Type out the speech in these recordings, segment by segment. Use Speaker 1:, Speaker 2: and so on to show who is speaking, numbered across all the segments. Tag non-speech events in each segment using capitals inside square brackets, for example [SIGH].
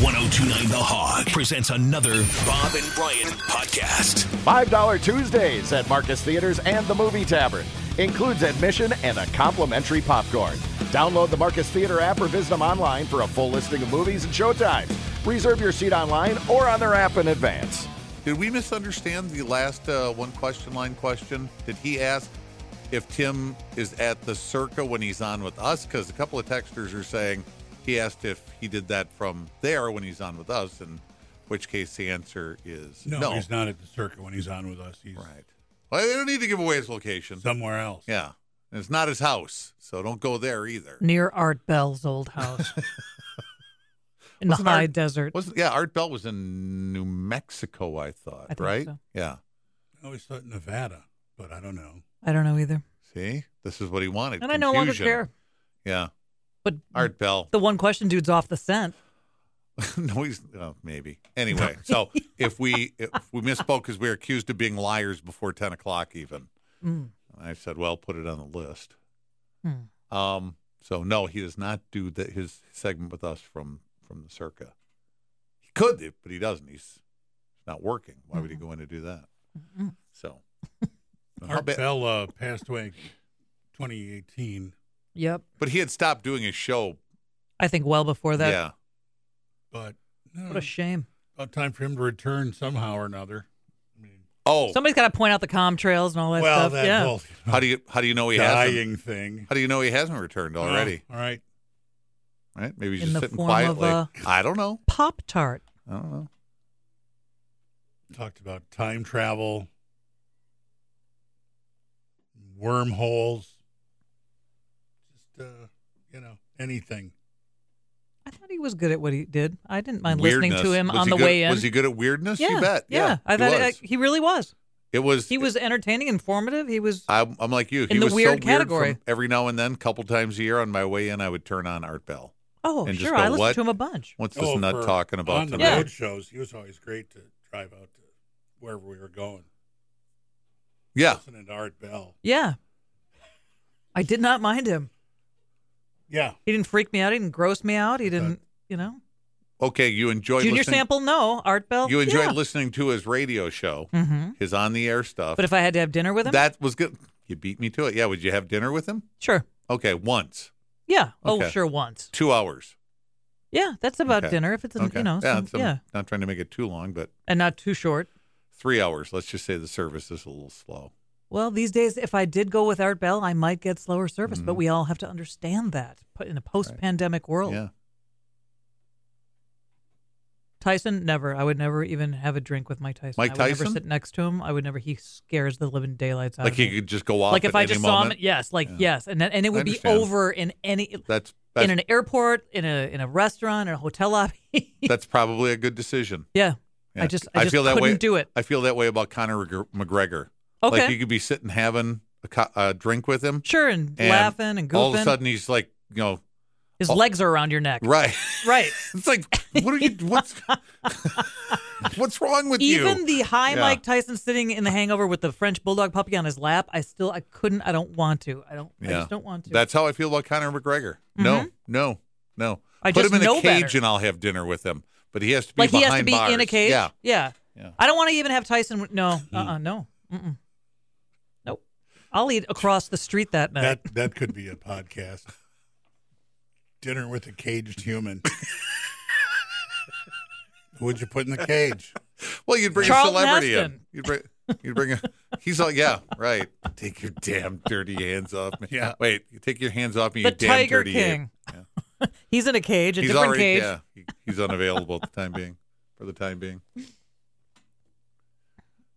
Speaker 1: 1029 The Hog presents another Bob and Brian podcast.
Speaker 2: $5 Tuesdays at Marcus Theaters and the Movie Tavern. Includes admission and a complimentary popcorn. Download the Marcus Theater app or visit them online for a full listing of movies and showtimes. Reserve your seat online or on their app in advance.
Speaker 3: Did we misunderstand the last uh, one question line question? Did he ask if Tim is at the circa when he's on with us? Because a couple of texters are saying he asked if he did that from there when he's on with us, in which case the answer is
Speaker 4: No,
Speaker 3: no.
Speaker 4: he's not at the circuit when he's on with us. He's
Speaker 3: Right. Well, they don't need to give away his location.
Speaker 4: somewhere else.
Speaker 3: yeah. And it's not his house, so don't go there either.
Speaker 5: near Art Bell's old
Speaker 3: [LAUGHS]
Speaker 5: house in the
Speaker 3: Wasn't Art-
Speaker 5: high desert.
Speaker 3: Wasn't yeah, Art Bell was in New Mexico, I thought,
Speaker 5: I think
Speaker 3: right?
Speaker 5: so.
Speaker 3: Yeah.
Speaker 4: I always thought Nevada, but I don't know.
Speaker 5: I don't know either,
Speaker 3: See? This is what he wanted.
Speaker 5: and I no longer
Speaker 3: confusion.
Speaker 5: care.
Speaker 3: Yeah.
Speaker 5: But
Speaker 3: Art Bell.
Speaker 5: the one question dude's off the scent.
Speaker 3: [LAUGHS] no, he's oh, maybe. Anyway, so if we if we misspoke because we were accused of being liars before ten o'clock, even
Speaker 5: Mm.
Speaker 3: I said, well, put it on the list.
Speaker 5: Hmm.
Speaker 3: Um, so no, he does not do the, his segment with us from from the circa. He could, do, but he doesn't. He's he's not working. Why would he go in to do that? So how
Speaker 4: Art
Speaker 3: bad-
Speaker 4: Bell uh, passed away in 2018,
Speaker 5: Yep,
Speaker 3: but he had stopped doing his show.
Speaker 5: I think well before that.
Speaker 3: yeah,
Speaker 4: but
Speaker 5: What a
Speaker 4: no,
Speaker 5: shame.
Speaker 4: about time for him to return somehow or another.
Speaker 3: Oh,
Speaker 5: Somebody's got to point out the contrails and all that
Speaker 4: well,
Speaker 5: stuff.
Speaker 4: that
Speaker 5: yeah,
Speaker 4: whole
Speaker 3: how do you how do you know he hasn't?
Speaker 4: dying thing
Speaker 3: How do you know he hasn't returned [LAUGHS] already?
Speaker 4: Oh, all right,
Speaker 3: Right? Maybe he's
Speaker 5: In
Speaker 3: just
Speaker 5: the
Speaker 3: sitting
Speaker 5: form of
Speaker 3: quietly.
Speaker 5: a-
Speaker 3: I don't know.
Speaker 5: Pop Tart.
Speaker 3: I don't know.
Speaker 4: talked about time travel, wormholes, just uh, you know anything.
Speaker 5: I thought he was good at what he did. I didn't mind listening to
Speaker 3: Weirdness.
Speaker 5: him
Speaker 3: Was
Speaker 5: on
Speaker 3: he
Speaker 5: the
Speaker 3: good-
Speaker 5: way in.
Speaker 3: Was he good at weirdness?
Speaker 5: yeah,
Speaker 3: you bet.
Speaker 5: yeah, I
Speaker 3: he
Speaker 5: thought
Speaker 3: was.
Speaker 5: it, I, he really was.
Speaker 3: it was.
Speaker 5: He was entertaining, informative. He was.
Speaker 3: I'm, I'm like you. he
Speaker 5: in the
Speaker 3: was so from
Speaker 5: weird category.
Speaker 3: every now and then, couple times a year, on my way in, I would turn on Art Bell.
Speaker 5: Oh,
Speaker 3: and just
Speaker 5: sure,
Speaker 3: go,
Speaker 5: I listened
Speaker 3: "What?"
Speaker 5: to him a bunch.
Speaker 3: What's this
Speaker 4: Oh,
Speaker 3: nut
Speaker 4: for-
Speaker 3: talking about
Speaker 4: on the
Speaker 3: tonight?
Speaker 5: Yeah.
Speaker 4: road shows? He was always great to drive out to wherever we were going.
Speaker 3: Yeah.
Speaker 4: Listening to Art Bell.
Speaker 5: Yeah, I did not mind him.
Speaker 4: Yeah,
Speaker 5: He didn't freak me out. He didn't gross me out. He
Speaker 4: Okay.
Speaker 5: didn't, you know.
Speaker 3: Okay. You enjoyed
Speaker 5: Junior
Speaker 3: listening.
Speaker 5: sample, no. Art Bell,
Speaker 3: You enjoyed
Speaker 5: yeah.
Speaker 3: listening to his radio show,
Speaker 5: Mm-hmm.
Speaker 3: his on the air stuff.
Speaker 5: But if I had to have dinner with him,
Speaker 3: that was good. You beat me to it. Yeah. Would you have dinner with him?
Speaker 5: sure,
Speaker 3: Okay. Once,
Speaker 5: yeah, oh
Speaker 3: Okay.
Speaker 5: sure, once,
Speaker 3: two hours.
Speaker 5: yeah, that's about
Speaker 3: Okay.
Speaker 5: dinner. If it's, an,
Speaker 3: okay.
Speaker 5: you know,
Speaker 3: yeah,
Speaker 5: some-
Speaker 3: it's- I'm
Speaker 5: yeah,
Speaker 3: Not trying to make it too long, but
Speaker 5: and not too short.
Speaker 3: three hours. Let's just say the service is a little slow.
Speaker 5: Well, these days, if I did go with Art Bell, I might get slower service.
Speaker 3: Mm-hmm.
Speaker 5: But we all have to understand that p- in a post-pandemic world.
Speaker 3: Yeah.
Speaker 5: Tyson, never. I would never even have a drink with Mike Tyson.
Speaker 3: Mike
Speaker 5: I would
Speaker 3: Tyson?
Speaker 5: never sit next to him. I would never. He scares the living daylights out
Speaker 3: Like
Speaker 5: of
Speaker 3: he
Speaker 5: me.
Speaker 3: could just go off.
Speaker 5: like
Speaker 3: at
Speaker 5: if I
Speaker 3: any
Speaker 5: just saw
Speaker 3: moment.
Speaker 5: him, yes, like
Speaker 3: Yeah.
Speaker 5: yes, and then, and it would be
Speaker 3: understand.
Speaker 5: over in any
Speaker 3: That's that's,
Speaker 5: in an airport, in a in a restaurant, in a hotel lobby. [LAUGHS]
Speaker 3: that's probably a good decision.
Speaker 5: yeah.
Speaker 3: Yeah.
Speaker 5: I just I, just couldn't
Speaker 3: way.
Speaker 5: do it.
Speaker 3: I feel that way about Conor McGr- McGregor.
Speaker 5: Okay,
Speaker 3: Like you could be sitting having a, co- a drink with him,
Speaker 5: sure, and,
Speaker 3: and
Speaker 5: laughing and goofing.
Speaker 3: all of a sudden he's like, you know,
Speaker 5: his
Speaker 3: all-
Speaker 5: legs are around your neck.
Speaker 3: right?
Speaker 5: [LAUGHS]
Speaker 3: [LAUGHS]
Speaker 5: Right.
Speaker 3: It's like, what are
Speaker 5: [LAUGHS]
Speaker 3: you? What's what's wrong with
Speaker 5: Even
Speaker 3: you?
Speaker 5: the high
Speaker 3: Yeah.
Speaker 5: Mike Tyson sitting in the Hangover with the French bulldog puppy on his lap, I still I couldn't. I don't want to. I don't. I
Speaker 3: Yeah.
Speaker 5: just don't want to.
Speaker 3: That's how I feel about Conor McGregor. No, no, no.
Speaker 5: Mm-hmm. I
Speaker 3: Put
Speaker 5: just
Speaker 3: him in
Speaker 5: know
Speaker 3: a cage
Speaker 5: better.
Speaker 3: and I'll have dinner with him. But he has to be
Speaker 5: like he
Speaker 3: behind
Speaker 5: has to be in a
Speaker 3: bars.
Speaker 5: cage.
Speaker 3: Yeah,
Speaker 5: Yeah.
Speaker 3: Yeah. Mm.
Speaker 5: I don't want to even have Tyson. w- No. Uh. uh No. Mm-mm. Nope. I'll eat across the street that night.
Speaker 4: that that could be a podcast. Dinner with a caged
Speaker 3: [LAUGHS]
Speaker 4: human. Who'd you put in the cage?
Speaker 3: Well, you'd bring
Speaker 5: Charlton
Speaker 3: a celebrity in.
Speaker 5: Heston.
Speaker 3: You'd bring, you'd bring a. He's like, yeah, right. Take your damn dirty hands off me.
Speaker 4: Yeah.
Speaker 3: Wait, you take your hands off me.
Speaker 5: the
Speaker 3: you damn
Speaker 5: Tiger
Speaker 3: dirty ape.
Speaker 5: King. [LAUGHS] He's in a cage, a
Speaker 3: He's
Speaker 5: different
Speaker 3: already.
Speaker 5: cage.
Speaker 3: Yeah. he- he's unavailable at the time being. For the time being.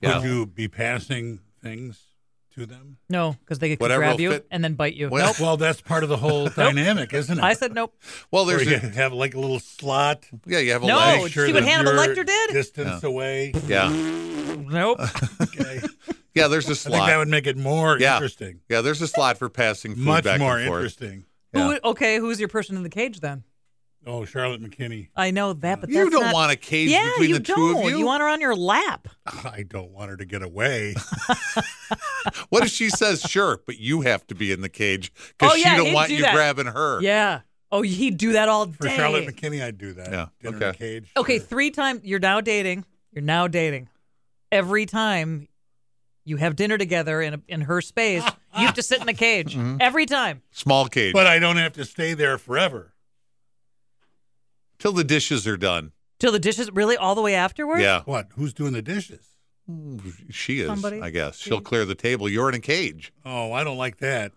Speaker 3: Yeah.
Speaker 4: Would you be passing things to them?
Speaker 5: No, because they could
Speaker 3: Whatever
Speaker 5: grab
Speaker 3: will
Speaker 5: you
Speaker 3: fit-
Speaker 5: and then bite you.
Speaker 3: Well-
Speaker 5: nope.
Speaker 4: Well, that's part of the whole dynamic, isn't it?
Speaker 5: I said nope.
Speaker 3: well,
Speaker 4: Where
Speaker 3: there's
Speaker 4: you
Speaker 3: a, Oh,
Speaker 4: have like a little slot.
Speaker 3: yeah. You have a
Speaker 5: No,
Speaker 3: leg.
Speaker 5: Did you see what
Speaker 4: that
Speaker 5: Hannibal
Speaker 4: you're
Speaker 5: Lecter did?
Speaker 4: Distance away.
Speaker 3: [LAUGHS] Yeah.
Speaker 5: Nope.
Speaker 4: Okay.
Speaker 3: Yeah. There's a
Speaker 4: I think
Speaker 3: slot.
Speaker 4: that would make it more
Speaker 3: Yeah.
Speaker 4: interesting.
Speaker 3: yeah. There's a slot for passing food
Speaker 4: Much
Speaker 3: back
Speaker 4: more
Speaker 3: and forth.
Speaker 4: interesting.
Speaker 3: Yeah.
Speaker 5: Who, okay, who's your person in the cage then?
Speaker 4: Oh, Charlotte McKinney.
Speaker 5: I know that, but
Speaker 3: you
Speaker 5: that's
Speaker 3: don't
Speaker 5: not-
Speaker 3: want a cage
Speaker 5: Yeah,
Speaker 3: between
Speaker 5: you
Speaker 3: the
Speaker 5: don't.
Speaker 3: two of you.
Speaker 5: want her on your lap.
Speaker 4: I don't want her to get away.
Speaker 3: what if she says sure, but you have to be in the cage
Speaker 5: Oh,
Speaker 3: because
Speaker 5: yeah,
Speaker 3: she don't
Speaker 5: Oh, he'd
Speaker 3: want
Speaker 5: do
Speaker 3: you
Speaker 5: that.
Speaker 3: grabbing her?
Speaker 5: Yeah, Oh, he'd do that all
Speaker 4: For
Speaker 5: day.
Speaker 4: Charlotte McKinney, I'd do that.
Speaker 3: Yeah,
Speaker 4: Dinner in
Speaker 3: okay.
Speaker 4: a cage.
Speaker 5: okay,
Speaker 4: sure.
Speaker 5: three times you're now dating. You're now dating. Every time you have dinner together in a, in her space, you have to sit in
Speaker 3: [LAUGHS]
Speaker 5: the cage.
Speaker 3: Mm-hmm.
Speaker 5: Every time.
Speaker 3: Small cage.
Speaker 4: But I don't have to stay there forever.
Speaker 3: Till the dishes are done.
Speaker 5: Till the dishes really all the way afterwards?
Speaker 3: Yeah. Oh,
Speaker 4: What? Who's doing the dishes?
Speaker 3: She is,
Speaker 5: Somebody-
Speaker 3: I guess. She'll clear the table. You're in a cage.
Speaker 4: Oh, I don't like that.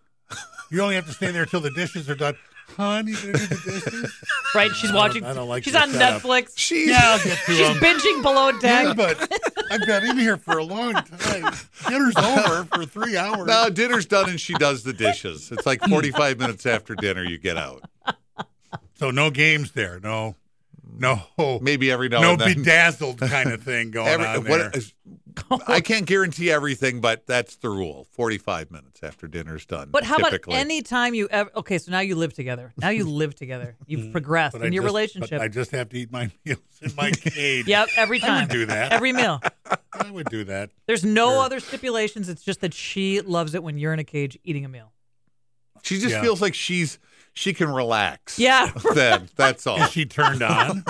Speaker 4: You only have to stay there till the dishes are done. Hon, you gonna do the dishes?
Speaker 5: Right? She's
Speaker 4: I don't-
Speaker 5: watching
Speaker 4: I don't like
Speaker 5: She's
Speaker 4: your
Speaker 5: on
Speaker 4: setup.
Speaker 5: Netflix.
Speaker 3: She's
Speaker 4: yeah, I'll get to
Speaker 5: She's
Speaker 4: them.
Speaker 5: binging below deck.
Speaker 4: Yeah, but I've been in here for a long time. Dinner's over for three hours.
Speaker 3: No, dinner's done and she does the dishes. It's
Speaker 5: [LAUGHS]
Speaker 3: like 45 minutes after dinner you get out.
Speaker 4: So no games there. No, no,
Speaker 3: Maybe every now
Speaker 4: no
Speaker 3: and then.
Speaker 4: bedazzled kind of thing going
Speaker 3: Every-
Speaker 4: on
Speaker 3: what-
Speaker 4: there.
Speaker 3: I can't guarantee everything, but that's the rule. 45 minutes after dinner's done.
Speaker 5: But how
Speaker 3: typically.
Speaker 5: about any time you ever? Okay, so now you live together.
Speaker 4: [LAUGHS]
Speaker 5: Now you live together. You've progressed
Speaker 4: Mm-hmm. But
Speaker 5: in
Speaker 4: I
Speaker 5: your
Speaker 4: just- but
Speaker 5: relationship.
Speaker 4: I just have to eat my [LAUGHS] meals in
Speaker 5: [LAUGHS]
Speaker 4: my cage.
Speaker 5: yep, every
Speaker 4: [LAUGHS] I
Speaker 5: time.
Speaker 4: would do that.
Speaker 5: Every meal.
Speaker 4: I would do that.
Speaker 5: There's no other stipulations. It's just that she loves it when you're in a cage eating a meal.
Speaker 3: She just
Speaker 4: Yeah.
Speaker 3: feels like she's she can relax.
Speaker 5: Yeah,
Speaker 3: [LAUGHS]
Speaker 5: [LAUGHS]
Speaker 3: Then that's all.
Speaker 4: Is she turned on?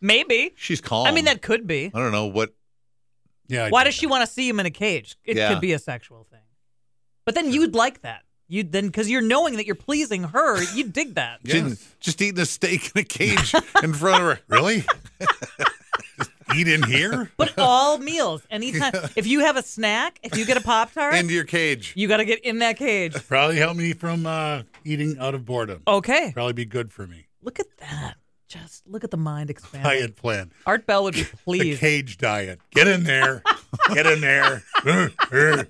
Speaker 5: maybe.
Speaker 3: She's calm.
Speaker 5: I mean, that could be.
Speaker 3: I don't know what.
Speaker 4: [LAUGHS] Yeah. I'd
Speaker 5: Why
Speaker 4: Oh. do
Speaker 5: does she want to see him in a cage? It
Speaker 3: Yeah.
Speaker 5: could be a sexual thing. But then you'd like that. You'd then because you're knowing that you're pleasing her. You dig that.
Speaker 4: Yes.
Speaker 3: Just- Just eating a steak in a
Speaker 5: [LAUGHS]
Speaker 3: cage in front of her.
Speaker 4: that. [LAUGHS] Really? Just eat in here? [LAUGHS]
Speaker 5: But all meals, anytime. If you have a snack, if you get a pop tart,
Speaker 3: Into your cage.
Speaker 5: you got to get in that cage.
Speaker 4: Probably help me from uh, eating out of boredom.
Speaker 5: Okay.
Speaker 4: Probably be good for me.
Speaker 5: Look at that. Just look at the mind expanding.
Speaker 4: Diet plan.
Speaker 5: Art Bell [LAUGHS] would be
Speaker 4: The
Speaker 5: pleased.
Speaker 4: cage diet. Get in there. Get in there. [LAUGHS]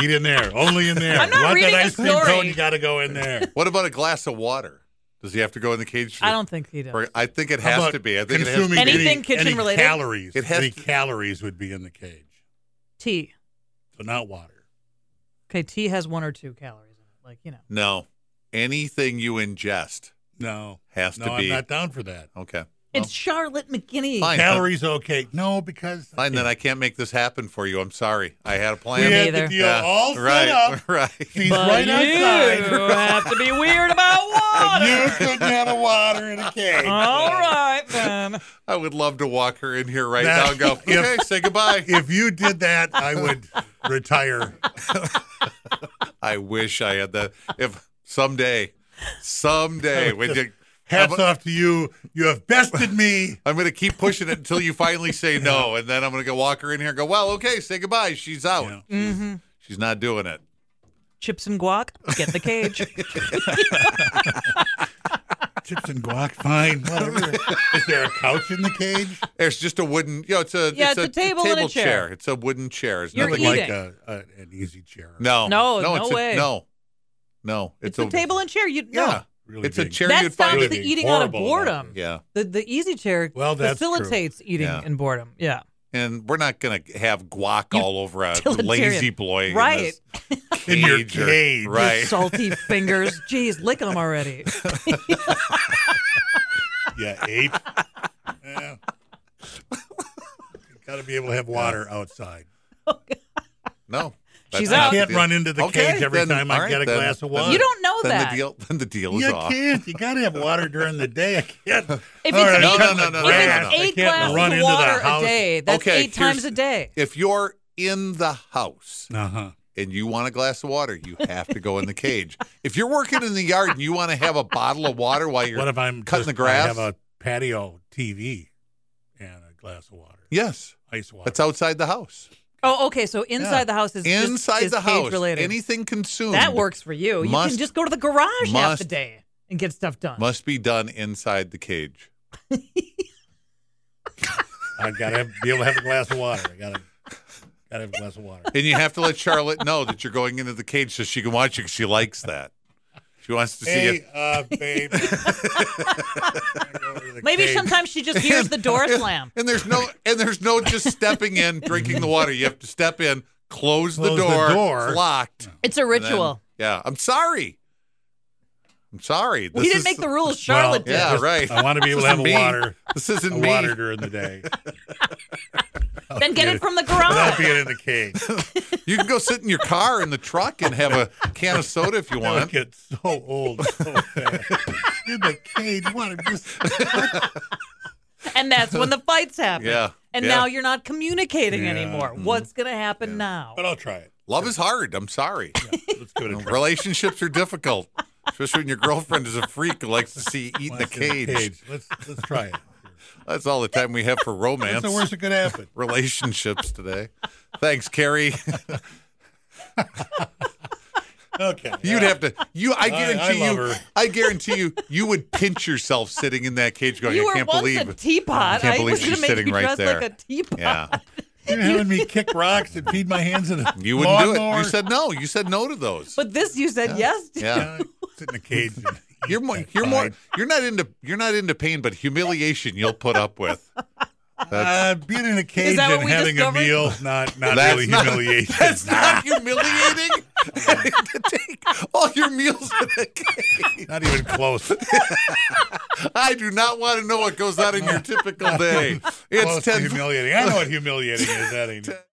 Speaker 4: Eat in there. Only in there.
Speaker 5: I'm not
Speaker 4: you want
Speaker 5: reading a
Speaker 4: that ice cream
Speaker 5: story.
Speaker 4: cone? You got to go in there.
Speaker 3: What about a glass of water? Does he have to go in the cage? For
Speaker 5: I don't think he does.
Speaker 3: For, I think it
Speaker 4: How
Speaker 3: has
Speaker 4: about
Speaker 3: to be. I think it has to
Speaker 4: consuming
Speaker 5: Anything
Speaker 4: any-
Speaker 5: kitchen
Speaker 4: any
Speaker 5: related?
Speaker 4: Calories.
Speaker 3: It has
Speaker 4: any
Speaker 3: to-
Speaker 4: calories would be in the cage,
Speaker 5: Tea.
Speaker 4: so not water.
Speaker 5: Okay, tea has one or two calories in it. Like, you know.
Speaker 3: No. Anything you ingest
Speaker 4: No,
Speaker 3: has
Speaker 4: no,
Speaker 3: to
Speaker 4: I'm
Speaker 3: be.
Speaker 4: not down for that.
Speaker 3: okay.
Speaker 5: It's Charlotte McGinney.
Speaker 3: Fine.
Speaker 4: Calories okay. No, because
Speaker 3: Fine, then I can't make this happen for you. I'm sorry. I had a
Speaker 4: we
Speaker 3: plan.
Speaker 5: Me
Speaker 4: had
Speaker 5: either.
Speaker 4: the deal
Speaker 3: Yeah,
Speaker 4: all set
Speaker 3: right,
Speaker 4: up.
Speaker 3: [LAUGHS] Right.
Speaker 4: She's
Speaker 5: But
Speaker 4: right
Speaker 5: you
Speaker 4: outside.
Speaker 5: [LAUGHS] have to be weird about water.
Speaker 4: You couldn't have a water in a cage.
Speaker 5: [LAUGHS] All right, then.
Speaker 3: I would love to walk her in here right
Speaker 4: Now,
Speaker 3: now and go,
Speaker 4: [LAUGHS] if-
Speaker 3: okay, say goodbye.
Speaker 4: If you did that, I would retire.
Speaker 3: I wish I had that. If someday, someday, when you,
Speaker 4: Hats
Speaker 3: I'm,
Speaker 4: off to you. You have bested me.
Speaker 3: I'm going to keep pushing it until you finally say no. And then I'm going to go walk her in here and go, well, okay, say goodbye. She's out.
Speaker 4: Yeah.
Speaker 5: Mm-hmm.
Speaker 3: She's not doing it.
Speaker 5: Chips and guac, get the cage.
Speaker 4: Chips and guac, fine, whatever. Is there a couch in the cage?
Speaker 3: It's just a wooden, you know, it's a,
Speaker 5: Yeah, it's a table and a chair.
Speaker 3: It's a wooden chair. It's
Speaker 5: You're
Speaker 3: nothing like
Speaker 5: eating.
Speaker 4: Like a, a, an easy chair.
Speaker 3: no,
Speaker 5: No, no
Speaker 3: it's a-
Speaker 5: way.
Speaker 3: no, no.
Speaker 5: It's a table and chair. You
Speaker 3: Yeah,
Speaker 5: know.
Speaker 4: Really
Speaker 3: it's a
Speaker 4: big.
Speaker 3: chair
Speaker 5: That
Speaker 3: you'd
Speaker 5: stops
Speaker 3: find.
Speaker 4: Really
Speaker 5: the
Speaker 4: being
Speaker 5: eating out of
Speaker 4: horrible about
Speaker 5: boredom.
Speaker 3: yeah,
Speaker 5: The, the easy chair
Speaker 4: Well, that's true.
Speaker 5: facilitates eating
Speaker 3: Yeah.
Speaker 5: and boredom. Yeah.
Speaker 3: and we're not gonna have guac all over
Speaker 5: [LAUGHS]
Speaker 3: a
Speaker 5: utilitarian.
Speaker 3: lazy boy,
Speaker 5: Right.
Speaker 3: In, this
Speaker 4: [LAUGHS] In your
Speaker 3: or-
Speaker 4: cage.
Speaker 5: Your
Speaker 3: right?
Speaker 5: salty fingers. Jeez, lick them already.
Speaker 4: Yeah, eight.
Speaker 3: [LAUGHS]
Speaker 4: yeah. Got to be able to have water outside.
Speaker 3: No,
Speaker 5: She's
Speaker 3: that's not
Speaker 4: I
Speaker 5: out.
Speaker 3: the
Speaker 4: can't
Speaker 3: deal.
Speaker 4: run into the
Speaker 3: Okay,
Speaker 4: cage every
Speaker 3: then-
Speaker 4: time I
Speaker 3: all right,
Speaker 4: get a
Speaker 3: then-
Speaker 4: glass
Speaker 3: then-
Speaker 4: of water.
Speaker 5: You don't know
Speaker 3: then
Speaker 5: that.
Speaker 3: the deal, then the deal is
Speaker 4: You
Speaker 3: off.
Speaker 4: can't. You got to have water during the day. I can't.
Speaker 5: If
Speaker 4: All
Speaker 5: it's
Speaker 4: right,
Speaker 5: eight-
Speaker 4: I'm cutting
Speaker 3: no, no, no,
Speaker 4: the
Speaker 5: if
Speaker 3: no,
Speaker 4: grass.
Speaker 5: it's
Speaker 4: I
Speaker 5: eight
Speaker 4: can't
Speaker 5: glasses
Speaker 4: run
Speaker 5: of
Speaker 4: into the
Speaker 5: water a
Speaker 4: house.
Speaker 5: day, that's
Speaker 3: Okay,
Speaker 5: eight times
Speaker 3: here's-
Speaker 5: a day.
Speaker 3: If you're in the house
Speaker 4: Uh-huh.
Speaker 3: and you want a glass of water, you have to go in the cage. If you're working in the yard and you want to have a bottle of water while you're
Speaker 4: What if I'm
Speaker 3: cutting
Speaker 4: just-
Speaker 3: the grass?
Speaker 4: I have a patio TV and a glass of water,
Speaker 3: yes,
Speaker 4: ice water.
Speaker 3: that's outside the house.
Speaker 5: Oh, okay. So inside
Speaker 4: Yeah.
Speaker 5: the house is just-
Speaker 3: Inside
Speaker 5: is
Speaker 3: the
Speaker 5: cage
Speaker 3: house,
Speaker 5: related.
Speaker 3: anything consumed
Speaker 5: that works for you. You
Speaker 3: Must-
Speaker 5: can just go to the garage half the
Speaker 3: must-
Speaker 5: day and get stuff done.
Speaker 3: must be done inside the cage.
Speaker 4: I got to be able to have a glass of water. I got to got to have a glass of water.
Speaker 3: And you have to let Charlotte know that you're going into the cage so she can watch you 'cause she likes that. She wants to see
Speaker 4: Hey,
Speaker 3: you.
Speaker 4: uh, babe. I go over to the
Speaker 5: [LAUGHS] Maybe
Speaker 4: cage.
Speaker 5: sometimes she just hears the door slam.
Speaker 3: [LAUGHS] And there's no and there's no just stepping in, drinking the water. You have to step in, close,
Speaker 4: Close the
Speaker 3: door,
Speaker 4: door.
Speaker 3: it's locked.
Speaker 5: It's a
Speaker 3: and then-
Speaker 5: ritual.
Speaker 3: yeah. I'm sorry. I'm sorry. This
Speaker 5: Well, he didn't
Speaker 3: is-
Speaker 5: make the rules.
Speaker 4: Well,
Speaker 5: Charlotte
Speaker 3: Yeah,
Speaker 5: did.
Speaker 4: just-
Speaker 3: right.
Speaker 4: I want to be able to have a
Speaker 3: Me.
Speaker 4: water,
Speaker 3: This
Speaker 4: a
Speaker 3: isn't me.
Speaker 4: water during the day.
Speaker 5: Then get it from
Speaker 3: [LAUGHS]
Speaker 5: the
Speaker 4: Without
Speaker 5: garage.
Speaker 4: being in the cage.
Speaker 3: You can go sit in your car in the truck and have a can of soda
Speaker 4: [LAUGHS]
Speaker 3: if you
Speaker 4: I would
Speaker 3: want.
Speaker 4: get so old so fast. in the cage. What? I'm just.
Speaker 5: And that's when the fights happen.
Speaker 3: Yeah,
Speaker 5: And
Speaker 3: yeah. mm-hmm.
Speaker 5: now you're not communicating
Speaker 4: Yeah,
Speaker 5: anymore. What's going to happen now?
Speaker 4: But I'll try it.
Speaker 3: Love is hard. I'm sorry.
Speaker 4: Let's give it a try.
Speaker 3: Relationships are difficult, especially when your girlfriend is a freak who likes to see you eat in the
Speaker 4: Let's in
Speaker 3: cage.
Speaker 4: the Let's let's try it.
Speaker 3: That's all the time we have for
Speaker 4: That's
Speaker 3: romance.
Speaker 4: the worst that could happen.
Speaker 3: Relationships today. Thanks, Carrie.
Speaker 4: Okay.
Speaker 3: You'd have to. You, I guarantee
Speaker 4: I love
Speaker 3: you.
Speaker 4: her.
Speaker 3: I guarantee you. You would pinch yourself sitting in that cage, going,
Speaker 5: you
Speaker 3: "I
Speaker 5: were
Speaker 3: can't
Speaker 5: once
Speaker 3: believe."
Speaker 5: a teapot.
Speaker 3: I can't
Speaker 5: I
Speaker 3: believe
Speaker 5: was
Speaker 3: she's
Speaker 5: gonna make
Speaker 3: sitting
Speaker 5: you
Speaker 3: right
Speaker 5: dress
Speaker 3: there.
Speaker 5: like a teapot.
Speaker 3: yeah,
Speaker 4: You're having me kick rocks and feed my hands in a
Speaker 3: you wouldn't do it.
Speaker 4: lawnmower.
Speaker 3: You said no. You said no to those.
Speaker 5: [LAUGHS] But this you said yes to. [LAUGHS]
Speaker 3: yeah,
Speaker 4: sit in the cage. And eat
Speaker 3: you're more.
Speaker 4: that
Speaker 3: You're more.
Speaker 4: side.
Speaker 3: You're not into. You're not into pain, but humiliation you'll put up with. That's,
Speaker 4: Uh, being in a cage
Speaker 5: that what
Speaker 4: and
Speaker 5: we
Speaker 4: having
Speaker 5: discovered?
Speaker 4: a
Speaker 3: [LAUGHS]
Speaker 4: meal, not [LAUGHS] not
Speaker 3: That's
Speaker 4: really
Speaker 3: not-
Speaker 4: humiliation.
Speaker 3: [LAUGHS]
Speaker 4: [LAUGHS]
Speaker 3: that's not humiliating. [LAUGHS] to take all your meals in a [LAUGHS] cage.
Speaker 4: not even close.
Speaker 3: I do not want to know
Speaker 4: [LAUGHS]
Speaker 3: what goes on in your typical day.
Speaker 4: close
Speaker 3: It's
Speaker 4: to
Speaker 3: ten.
Speaker 4: humiliating. I know what humiliating is. That ain't. it.